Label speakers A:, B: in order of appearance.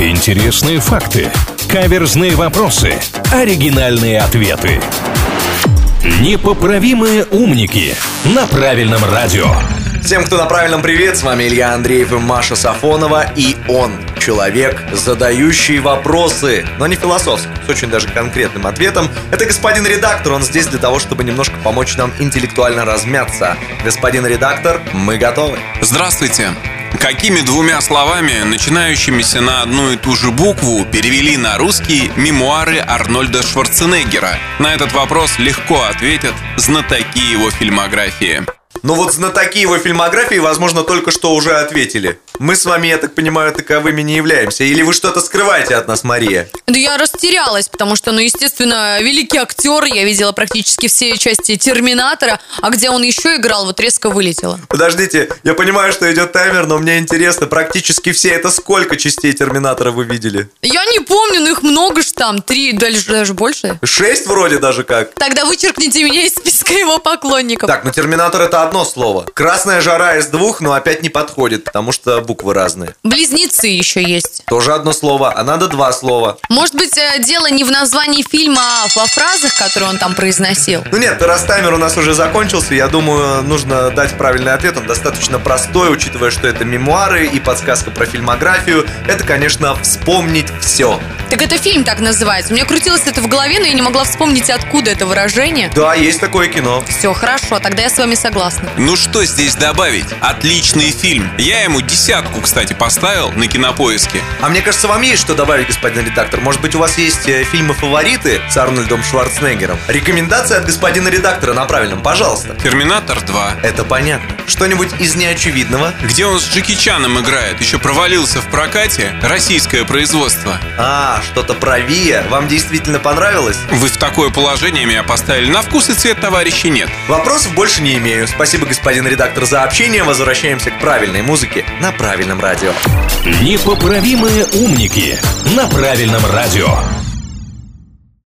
A: Интересные факты, каверзные вопросы, оригинальные ответы. Непоправимые умники на правильном радио.
B: Всем, кто на правильном привет, с вами Илья Андреев и Маша Сафонова, и он, человек, задающий вопросы, но не философский, с очень даже конкретным ответом. Это господин редактор, он здесь для того, чтобы немножко помочь нам интеллектуально размяться. Господин редактор, мы готовы.
C: Здравствуйте. Какими двумя словами, начинающимися на одну и ту же букву, перевели на русский мемуары Арнольда Шварценеггера? На этот вопрос легко ответят знатоки его фильмографии.
B: Ну вот знатоки его фильмографии, возможно, только что уже ответили. Мы с вами, я так понимаю, таковыми не являемся. Или вы что-то скрываете от нас, Мария?
D: Да я растерялась, потому что, ну, естественно, великий актер, я видела практически все части «Терминатора», а где он еще играл, вот резко вылетело.
B: Подождите, я понимаю, что идет таймер, но мне интересно, практически все, это сколько частей «Терминатора» вы видели?
D: Я не помню, но их много ж там, три, дальше даже больше.
B: Шесть вроде даже как.
D: Тогда вычеркните меня из списка его поклонников.
B: Так, ну «Терминатор» — это одно слово. «Красная жара» из двух, но опять не подходит, потому что буквы разные.
D: Близнецы еще есть.
B: Тоже одно слово, а надо два слова.
D: Может быть, э, дело не в названии фильма, а во фразах, которые он там произносил.
B: Ну нет, раз таймер у нас уже закончился, я думаю, нужно дать правильный ответ. Он достаточно простой, учитывая, что это мемуары и подсказка про фильмографию. Это, конечно, вспомнить все.
D: Так это фильм так называется. У меня крутилось это в голове, но я не могла вспомнить, откуда это выражение.
B: Да, есть такое кино.
D: Все, хорошо, тогда я с вами согласна.
C: Ну что здесь добавить? Отличный фильм. Я ему десятку, кстати, поставил на кинопоиске.
B: А мне кажется, вам есть что добавить, господин редактор. Может быть, у вас есть э, фильмы-фавориты с Арнольдом Шварценеггером? Рекомендация от господина редактора на правильном, пожалуйста.
C: Терминатор 2.
B: Это понятно. Что-нибудь из неочевидного?
C: Где он с Джеки Чаном играет, еще провалился в прокате. Российское производство.
B: А, что-то про Вия. Вам действительно понравилось?
C: Вы в такое положение меня поставили. На вкус и цвет товарищей нет.
B: Вопросов больше не имею. Спасибо, господин редактор, за общение. Возвращаемся к правильной музыке на правильном радио.
A: Непоправимые умники на правильном радио.